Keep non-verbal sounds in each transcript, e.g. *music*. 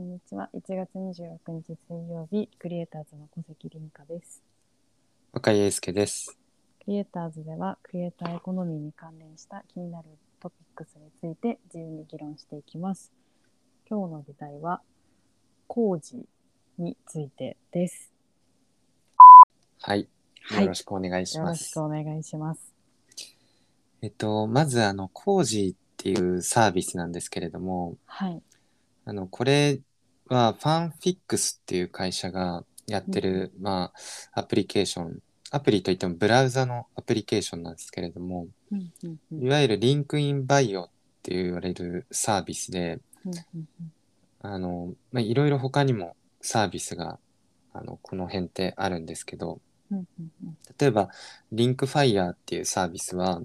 1月26日水曜日、クリエイターズの小関凛香です。若井英介です。クリエイターズでは、クリエイターエコノミーに関連した気になるトピックスについて自由に議論していきます。今日の議題は、工事についてです。はい、はい、よろよしくお願いしろましす。くお願いします。えっと、まず、あの、工事っていうサービスなんですけれども、はい。あの、これはファンフィックスっていう会社がやってる、まあ、アプリケーション、アプリといってもブラウザのアプリケーションなんですけれども、うんうんうんいわゆるリンクインバイオって言われるサービスで、うんうんうんあの、まあ、いろいろ他にもサービスが、あの、この辺ってあるんですけど、うんうんうん例えば、リンクファイヤーっていうサービスは、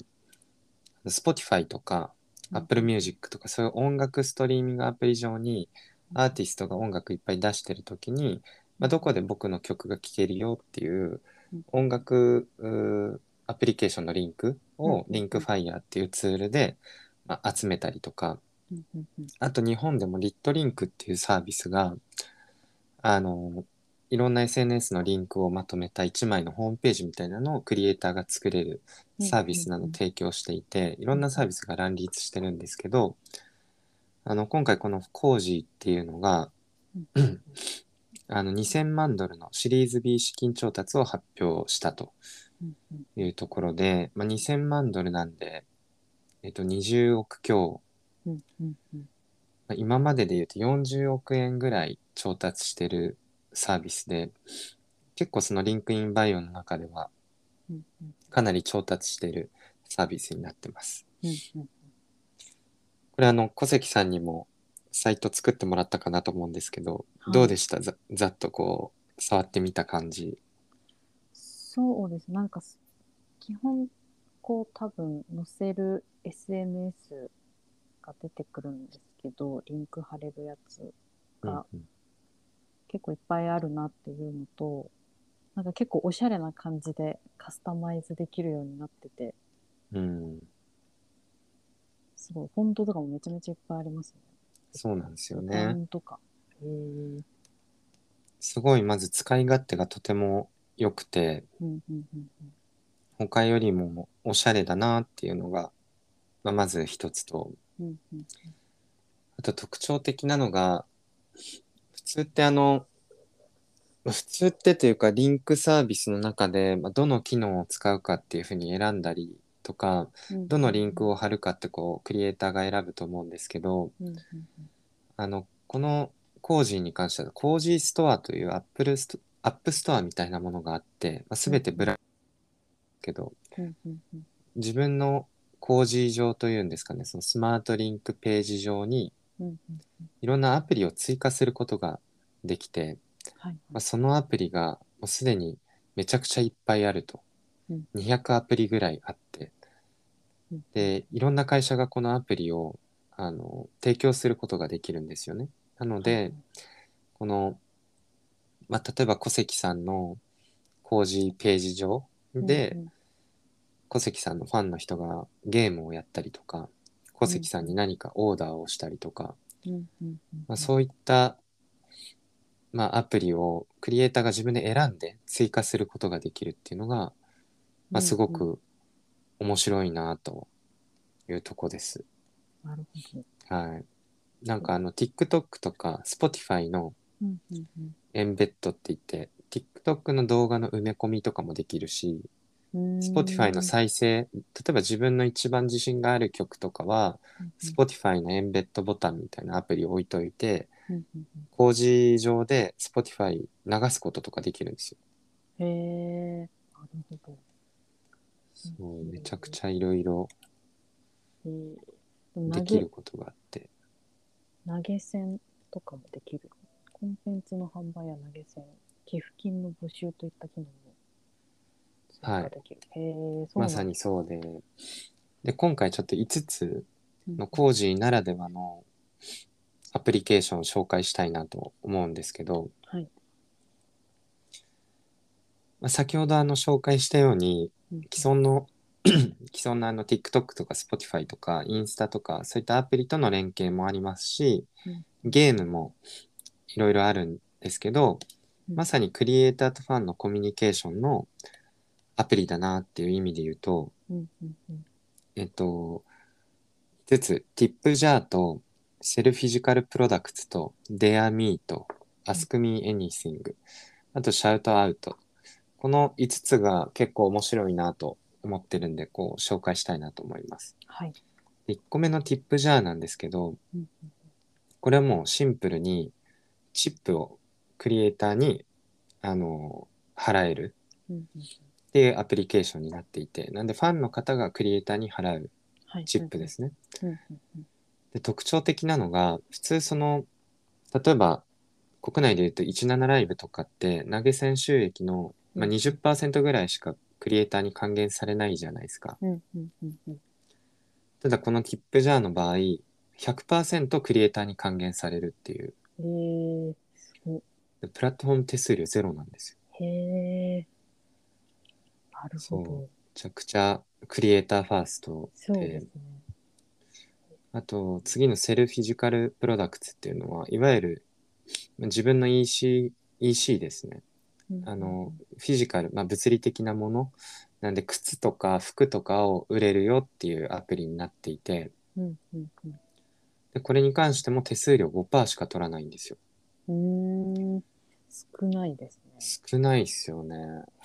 Spotify とかうん Apple Music とか、そういう音楽ストリーミングアプリ上に、アーティストが音楽いっぱい出してるときに、まあ、どこで僕の曲が聴けるよっていううん音楽うーアプリケーションのリンクうんをリンクファイヤーっていうツールで、まあ、集めたりとか、うんうんうんあと日本でもリットリンクっていうサービスが、あの、いろんな SNS のリンクをまとめた一枚のホームページみたいなのをクリエイターが作れるサービスなどを提供していて、いろんなサービスが乱立してるんですけど、あの、今回この工事っていうのが、あの、2000万ドルのシリーズ B 資金調達を発表したとうんうんいうところで、まあ、2000万ドルなんで、えっと、20億強うんうんうんまあ今までで言うと40億円ぐらい調達してるサービスで結構そのリンクインバイオの中ではうんうんかなり調達してるサービスになってますうんうんこれあの小関さんにもサイト作ってもらったかなと思うんですけど、はいどうでしたざざっとこう触ってみた感じそうですなんかす基本こう多分載せる SNS が出てくるんですけどリンク貼れるやつあうんうん結構いっぱいあるなっていうのとなんか結構おしゃれな感じでカスタマイズできるようになっててうん、すごいフォントとかもめちゃめちゃいっぱいありますね。そうなんですよボタねンとか。へえ。うんすごいまず使い勝手がとても良くてうんうんうん。他よりもおしゃれだなっていうのが、まあ、まず一つとうんうんあと特徴的なのが、普通ってあの、普通ってというか、リンクサービスの中で、まあ、どの機能を使うかっていうふうに選んだりとか、うんどのリンクを貼るかってこう、クリエイターが選ぶと思うんですけど、うんうんあの、このコージーに関しては、コージーストアというアップルストアップストアみたいなものがあって、まあ、全てブラけど、うんうんうん自分のコージー上というんですかね、そのスマートリンクページ上に、うんうんうんいろんなアプリを追加することができて、はいまあ、そのアプリがもうすでにめちゃくちゃいっぱいあると、うん200アプリぐらいあってうんでいろんな会社がこのアプリをあの提供することができるんですよねなので、はいこの、まあ、例えば小関さんの工事ページ上で、うんうん小関さんのファンの人がゲームをやったりとか小関さんに何かオーダーをしたりとか、うんうんうんまあ、そういった、まあ、アプリをクリエイターが自分で選んで追加することができるっていうのが、まあ、すごうんうんく面白いなというとこです。なるほど。はい、なんかあの TikTok とか Spotify のうんうんうんエンベッドって言って TikTok の動画の埋め込みとかもできるし Spotify の再生例えば自分の一番自信がある曲とかは Spotify のエンベッドボタンみたいなアプリを置いといて、工事上で Spotify 流すこととかできるんですよ。へえ、なるほど。そうめちゃくちゃいろいろえーでもで投きげることがあって。投げ銭とかもできる。コンテンツの販売や投げ銭、寄付金の募集といった機能も追加できる。へえ、そうなんまさにそうで。で、今回ちょっと5つうんの工事ならではのアプリケーションを紹介したいなと思うんですけど、はい。まあ、先ほどあの紹介したようにうん既存の *clears throat* 既存のあの TikTok とか Spotify とかインスタとかそういったアプリとの連携もありますし、うんゲームもいろいろあるんですけど、うんまさにクリエイターとファンのコミュニケーションのアプリだなっていう意味で言うと、うんうんうんえっと、5つ、TipJar とセルフィジカルプロダクツと DearMe と AskMeAnything、あと ShoutOut。この5つが結構面白いなと思ってるんで、こう紹介したいなと思います。はい。 1個目の TipJar なんですけど、うんこれはもうシンプルにチップをクリエイターにあの払えるうんうんうんっていうアプリケーションになっていてなんでファンの方がクリエイターに払うはい。チップですすね。うんうんうんで特徴的なのが普通その例えば国内でいうと17ライブとかって投げ銭収益の、まあ、うん20%ぐらいしかクリエイターに還元されないじゃないですか。うんうんうんうんただこのティップジャーの場合100%クリエイターに還元されるっていうえー、すごい。でプラットフォーム手数料ゼロなんですよへえ。なるほそど。めちゃくちゃクリエイターファーストそうでですね。あと次のセルフィジカルプロダクツっていうのはいわゆるまあ自分の EC, EC ですねうんあのフィジカル、まあ、物理的なものなんで靴とか服とかを売れるよっていうアプリになっていてうんうんうんでこれに関しても手数料5%しか取らないんですようん。うーん少ないですね。少ないっすよね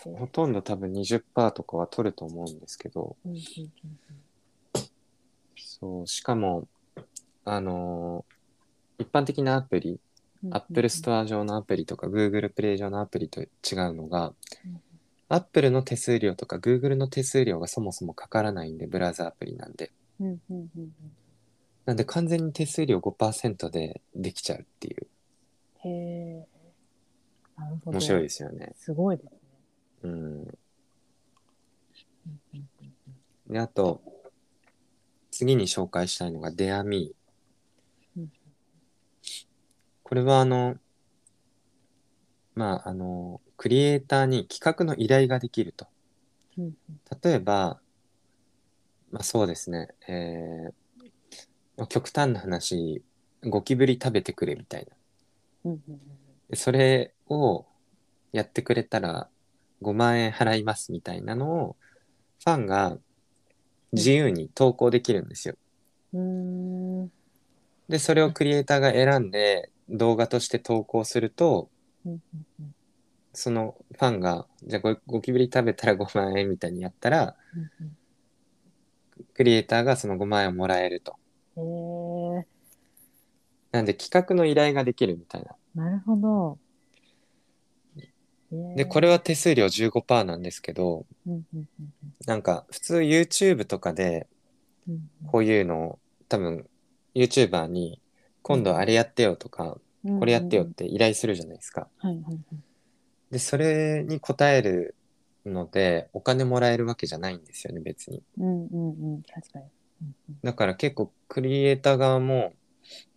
ほとんど多分20%とかは取ると思うんですけど、うんうんうんそう、しかも、あのー一般的なアプリ、うん Apple Store 上のアプリとか Google Play 上のアプリと違うのがうん、 Apple の手数料とか Google の手数料がそもそもかからないんで、ブラウザアプリなんで。うんうんうんうんなんで完全に手数料5%でできちゃうっていう。へえ。なるほど。面白い。ですよね。すごいですね。うん。うんうんうんで、あと、次に紹介したいのが DearMe うん。これはあの、まああの、クリエイターに企画の依頼ができると。うん例えば、まあそうですね、えーまあ極端な話、ゴキブリ食べてくれみたいな。うんうんうんでそれをやってくれたら5万円払いますみたいなのをファンが自由に投稿できるんですよ。うん。うーんで、それをクリエイターが選んで動画として投稿すると、うんうんうんそのファンが、じゃあゴゴキブリ食べたら5万円みたいにやったら、うんクリエイターがその5万円をもらえると。うんへえ。なんで企画の依頼ができるみたいな。なるほど。で、これ。れは手数料15%なんですけど、うんうんうんなんか普通 YouTube とかでうんうんこういうのを多分 YouTuber に今度あれやってよとか、うんこれやってよって依頼するじゃないですか。はいはいはい。で、それに応えるのでお金もらえるわけじゃないんですよね、別に。うんうんうん。確かに。うんうんだから結構クリエイター側も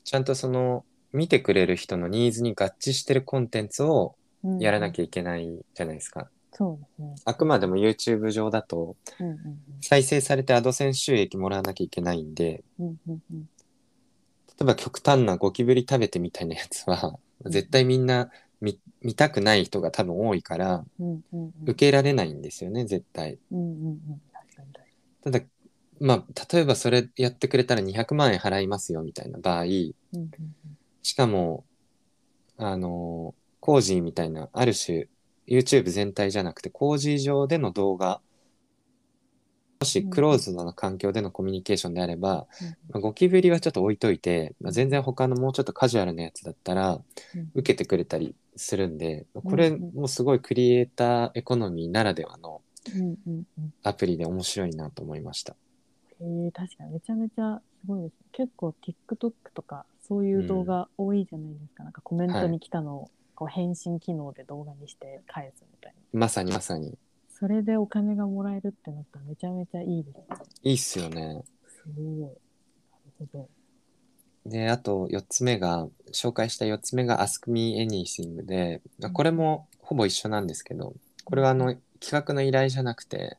ちゃんとその見てくれる人のニーズに合致してるコンテンツをうんうんやらなきゃいけないじゃないですか。そうですね。あくまでも YouTube 上だとうんうん再生されてアドセンス収益もらわなきゃいけないんで、うんうんうんうん例えば極端なゴキブリ食べてみたいなやつは、うん絶対みんな見見たくない人が多分多いから、うんうんうん受けられないんですよね、絶対。うんうんうん確かに確かにただ、まあ、例えばそれやってくれたら200万円払いますよみたいな場合、うんうんしかも、あの、コージーみたいな、ある種、YouTube 全体じゃなくて、コージー上での動画、もしうんクローズドな環境でのコミュニケーションであれば、うんまあゴキブリはちょっと置いといて、まあ、全然他のもうちょっとカジュアルなやつだったら、うん受けてくれたりするんで、こうれんうんもうすごいクリエイターエコノミーならではのうんうんうんアプリで面白いなと思いました。へえ確かにめちゃめちゃすごいですね結構 TikTok とかそういう動画多いじゃないですか、なんかコメントに来たのをこう返信機能で動画にして返すみたいなまさにまさに。それでお金がもらえるってなったらめちゃめちゃいいですねいいっすよね。すごいなるほどで、あと4つ目が、紹介した4つ目が Ask Me Anything で、まあこれもほぼ一緒なんですけど、これはあの企画の依頼じゃなくて、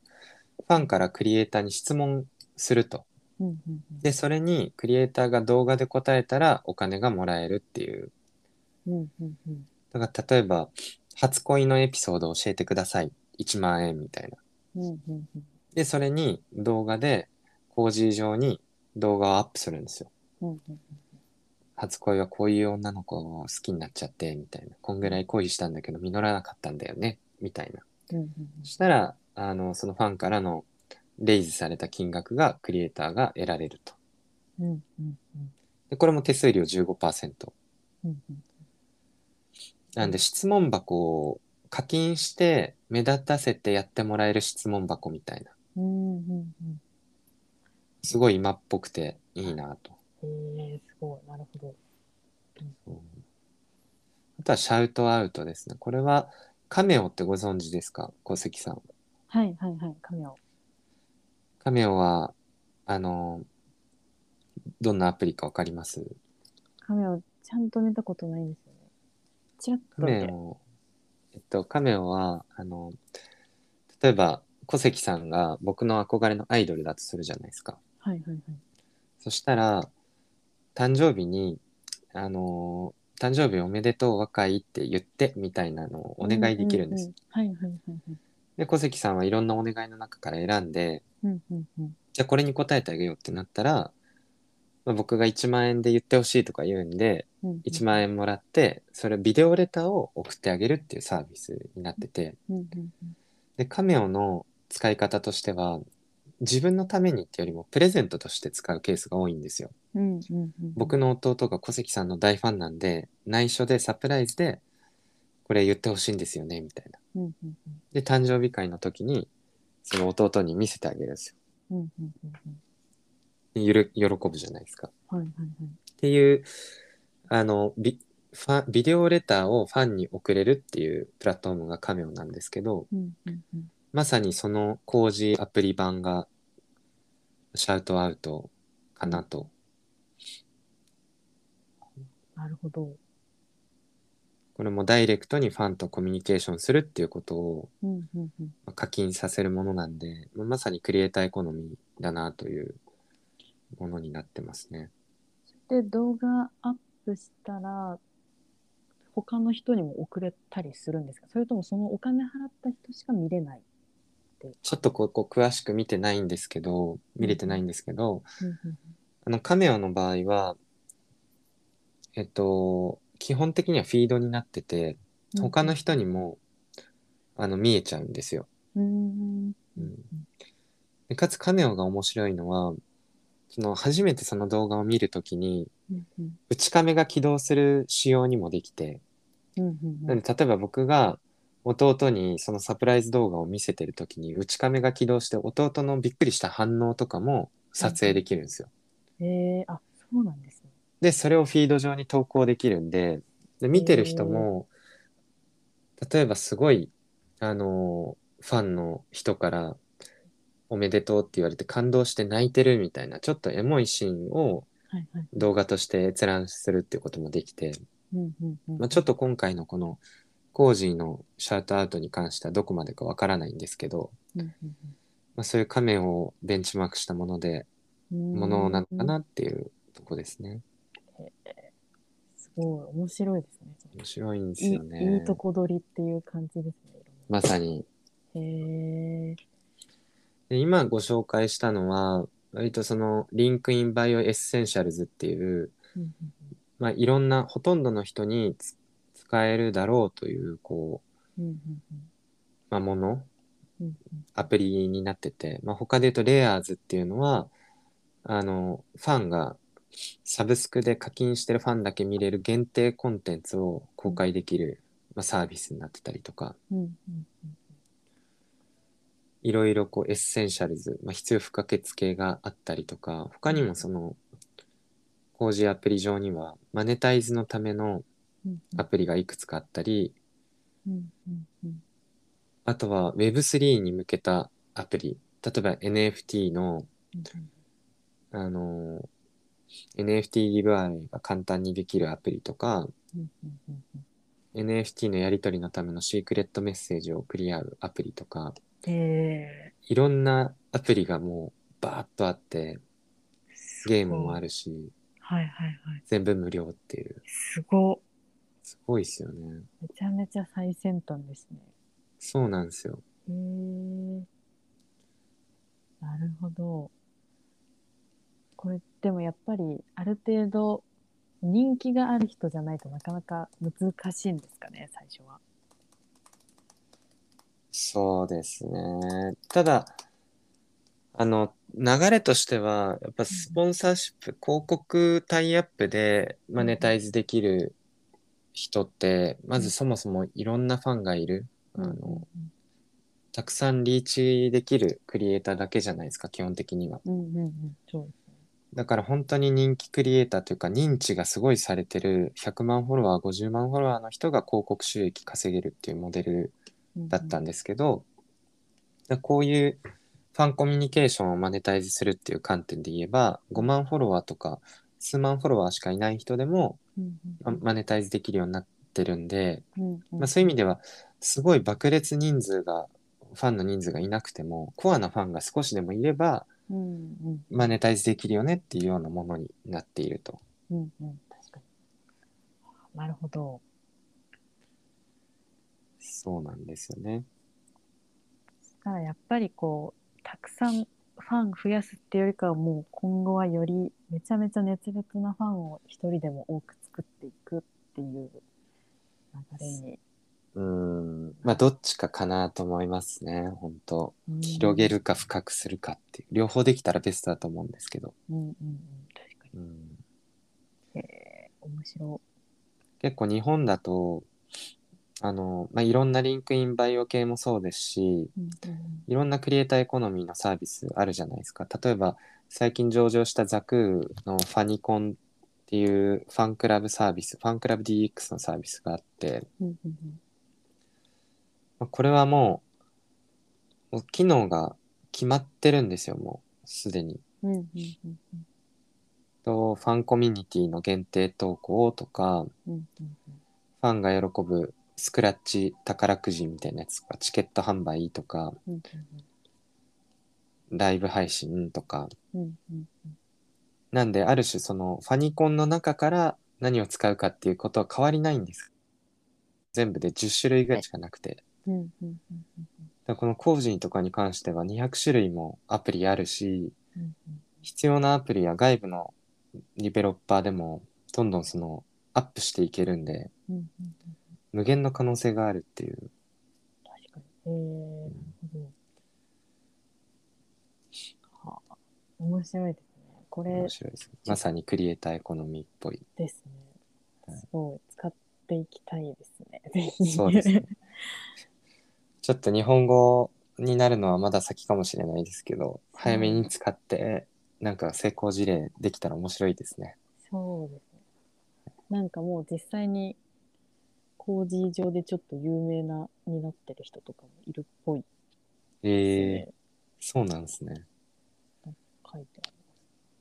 ファンからクリエイターに質問すると。うんうんうんで、それにクリエイターが動画で答えたらお金がもらえるっていううんうんうんだから例えば初恋のエピソードを教えてください1万円みたいなうんうんでそれに動画で工事上に動画をアップするんですようんうんうん初恋はこういう女の子を好きになっちゃってみたいなこんぐらい恋したんだけど実らなかったんだよねみたいなうんうんそしたらあのそのファンからのレイズされた金額がクリエイターが得られるとうんうんうんでこれも手数料15%うんうんなんで質問箱を課金して目立たせてやってもらえる質問箱みたいなうんうんうんすごい今っぽくていいなと。へえすごいなるほどあとはシャウトアウトですね。これはカメオってご存知ですか小関さん。はいはいはいカメオカメオは、あの、どんなアプリかわかりますカメオちゃんと見たことないんですよねちらっカとメオ、えっと、カメオは、あの、例えば小関さんが僕の憧れのアイドルだとするじゃないですか。はいはいはいそしたら、誕生日に、あのー誕生日おめでとう若いって言ってみたいなのをお願いできるんです。うううんはいはいはいはいで、小関さんはいろんなお願いの中から選んで、うんうんうんじゃあこれに答えてあげようってなったら、まあ僕が1万円で言ってほしいとか言うんで、うんうん1万円もらって、それビデオレターを送ってあげるっていうサービスになってて、うんうんうんで、カメオの使い方としては、自分のためにってよりもプレゼントとして使うケースが多いんですよ。うんうんうん僕の弟が小関さんの大ファンなんで内緒でサプライズでこれ言ってほしいんですよねみたいなうんうんうんで誕生日会の時にその弟に見せてあげるんですうんようんうんうんでゆる喜ぶじゃないですかはいはいはいっていうあのビファンビデオレターをファンに送れるっていうプラットフォームがカメオなんですけどうんうんうんまさにその工事アプリ版がシャウトアウトかなとなるほどこれもダイレクトにファンとコミュニケーションするっていうことをうんうんうんまあ課金させるものなんで、まあまさにクリエイターエコノミーだなというものになってますね。で動画アップしたら他の人にも送れたりするんですかそれともそのお金払った人しか見れない、ちょっとここ詳しく見てないんですけど、見れてないんですけど、あのカメオの場合は、えっと、基本的にはフィードになってて、他の人にも、あの見えちゃうんですよ。うんうんでかつカメオが面白いのは、その初めてその動画を見るときに、うんうん内カメが起動する仕様にもできて、うんうなんんで例えば僕が弟にそのサプライズ動画を見せてる時に内カメが起動して弟のびっくりした反応とかも撮影できるんですよ。えー、あそうなんですねでそれをフィード上に投稿できるんでで見てる人も例えばすごいあのファンの人から「おめでとう」って言われて感動して泣いてるみたいなちょっとエモいシーンをはいはい動画として閲覧するっていうこともできて。うんうんうんまあ、ちょっと今回のこのコージーのシャウトアウトに関してはどこまでかわからないんですけど、うんうんまあ、そういう仮面をベンチマークしたものでうんものなのかなっていうとこですね。すごい面白いですね面白いんですいよね。いいいとこ取りっていう感じですねまさにへえで今ご紹介したのは割とそのリンクインバイオエッセンシャルズっていう、うんうんまあ、いろんなほとんどの人につ使えるだろうというこう、うんうんうんまあ、ものうんうんアプリになってて、まあ、他で言うとレイヤーズっていうのはあのファンがサブスクで課金してるファンだけ見れる限定コンテンツを公開できる、まあ、サービスになってたりとかうんうんうんいろいろこうエッセンシャルズ、まあ、必要不可欠系があったりとか他にもその工事アプリ上にはマネタイズのためのうんアプリがいくつかあったりうんうんうんあとは Web3 に向けたアプリ例えば NFT のうんあの、NFT ギブアウェイが簡単にできるアプリとか、うんうんうんうん NFT のやり取りのためのシークレットメッセージを送り合うアプリとか、へえいろんなアプリがもうバーッとあって、ゲームもある。るし、はいはいはい。全部無料っていう。すごっ。すごいですよね。めちゃめちゃ最先端ですね。そうなんですよ。へえ。なるほど。これでもやっぱりある程度人気がある人じゃないとなかなか難しいんですかね最初は。そうですね。ただ、あの、流れとしては、やっぱスポンサーシップ、広告タイアップでマネタイズできる人って、まずそもそもいろんなファンがいる、あうんうんの、たくさんリーチできるクリエイターだけじゃないですか、基本的には。うんうんうんそうですね。だから本当に人気クリエイターというか、認知がすごいされてる100万フォロワー、50万フォロワーの人が広告収益稼げるっていうモデルうんうんだったんですけど、だこういうファンコミュニケーションをマネタイズするっていう観点で言えば5万フォロワーとか数万フォロワーしかいない人でもうんあマネタイズできるようになってるんで、うんうんまあ、そういう意味ではすごい爆裂人数がファンの人数がいなくてもコアなファンが少しでもいればうんうんマネタイズできるよねっていうようなものになっていると。うんうん確かに。あなるほど。そうなんですよね。だからやっぱりこうたくさんファン増やすっていうよりかはもう今後はよりめちゃめちゃ熱烈なファンを一人でも多く作っていくっていう流れにうん。まあどっちかかなと思いますね、本当。うん広げるか深くするかっていう両方できたらベストだと思うんですけど、うんうんうん確かうん、にへえ面白結構日本だとあの、まあ、いろんなリンクインバイオ系もそうですしい、うんうんいろんなクリエイターエコノミーのサービスあるじゃないですか例えば最近上場したザクーのファニコンっていうファンクラブサービスファンクラブ DX のサービスがあって、うんうんうんまあこれはもうもう機能が決まってるんですよもうすでに。うんうんうんとファンコミュニティの限定投稿とか、うんうんファンが喜ぶスクラッチ宝くじみたいなやつとか、チケット販売とか、うんライブ配信とか。うんうんうんなんで、ある種そのファニコンの中から何を使うかっていうことは変わりないんです。全部で10種類ぐらいしかなくて。うんうんうんうんだからこのコージーとかに関しては200種類もアプリあるし、うん必要なアプリや外部のディベロッパーでもどんどんそのアップしていけるんで、うんうんうん無限の可能性があるっていう確かに。えー、なるほど。はあ、面白いですね。これ面白いですね。まさにクリエイターエコノミーっぽい。ですはね。いすごい使っていきたいですね。ぜひ。そうですね。ちょっと日本語になるのはまだ先かもしれないですけど、早めに使って、なんか成功事例できたら面白いですね。そうですね。なんかもう実際に工事上でちょっと有名なになってる人とかもいるっぽいですね。えー、そうなんですね。書いてあります。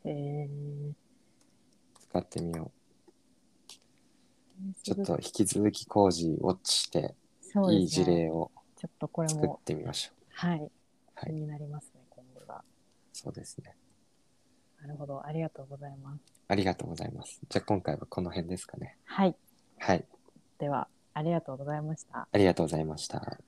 えー、使ってみよう。ちょっと引き続き工事ウォッチして、そういいです事ね例をちょっとこれ作っも、てみましょう。はい、はい気になりますね、今後が。そうですね。なるほど、ありがとうございます。ありがとうございます。じゃあ今回はこの辺ですかね。はい、はい。では、ありがとうございました。ありがとうございました。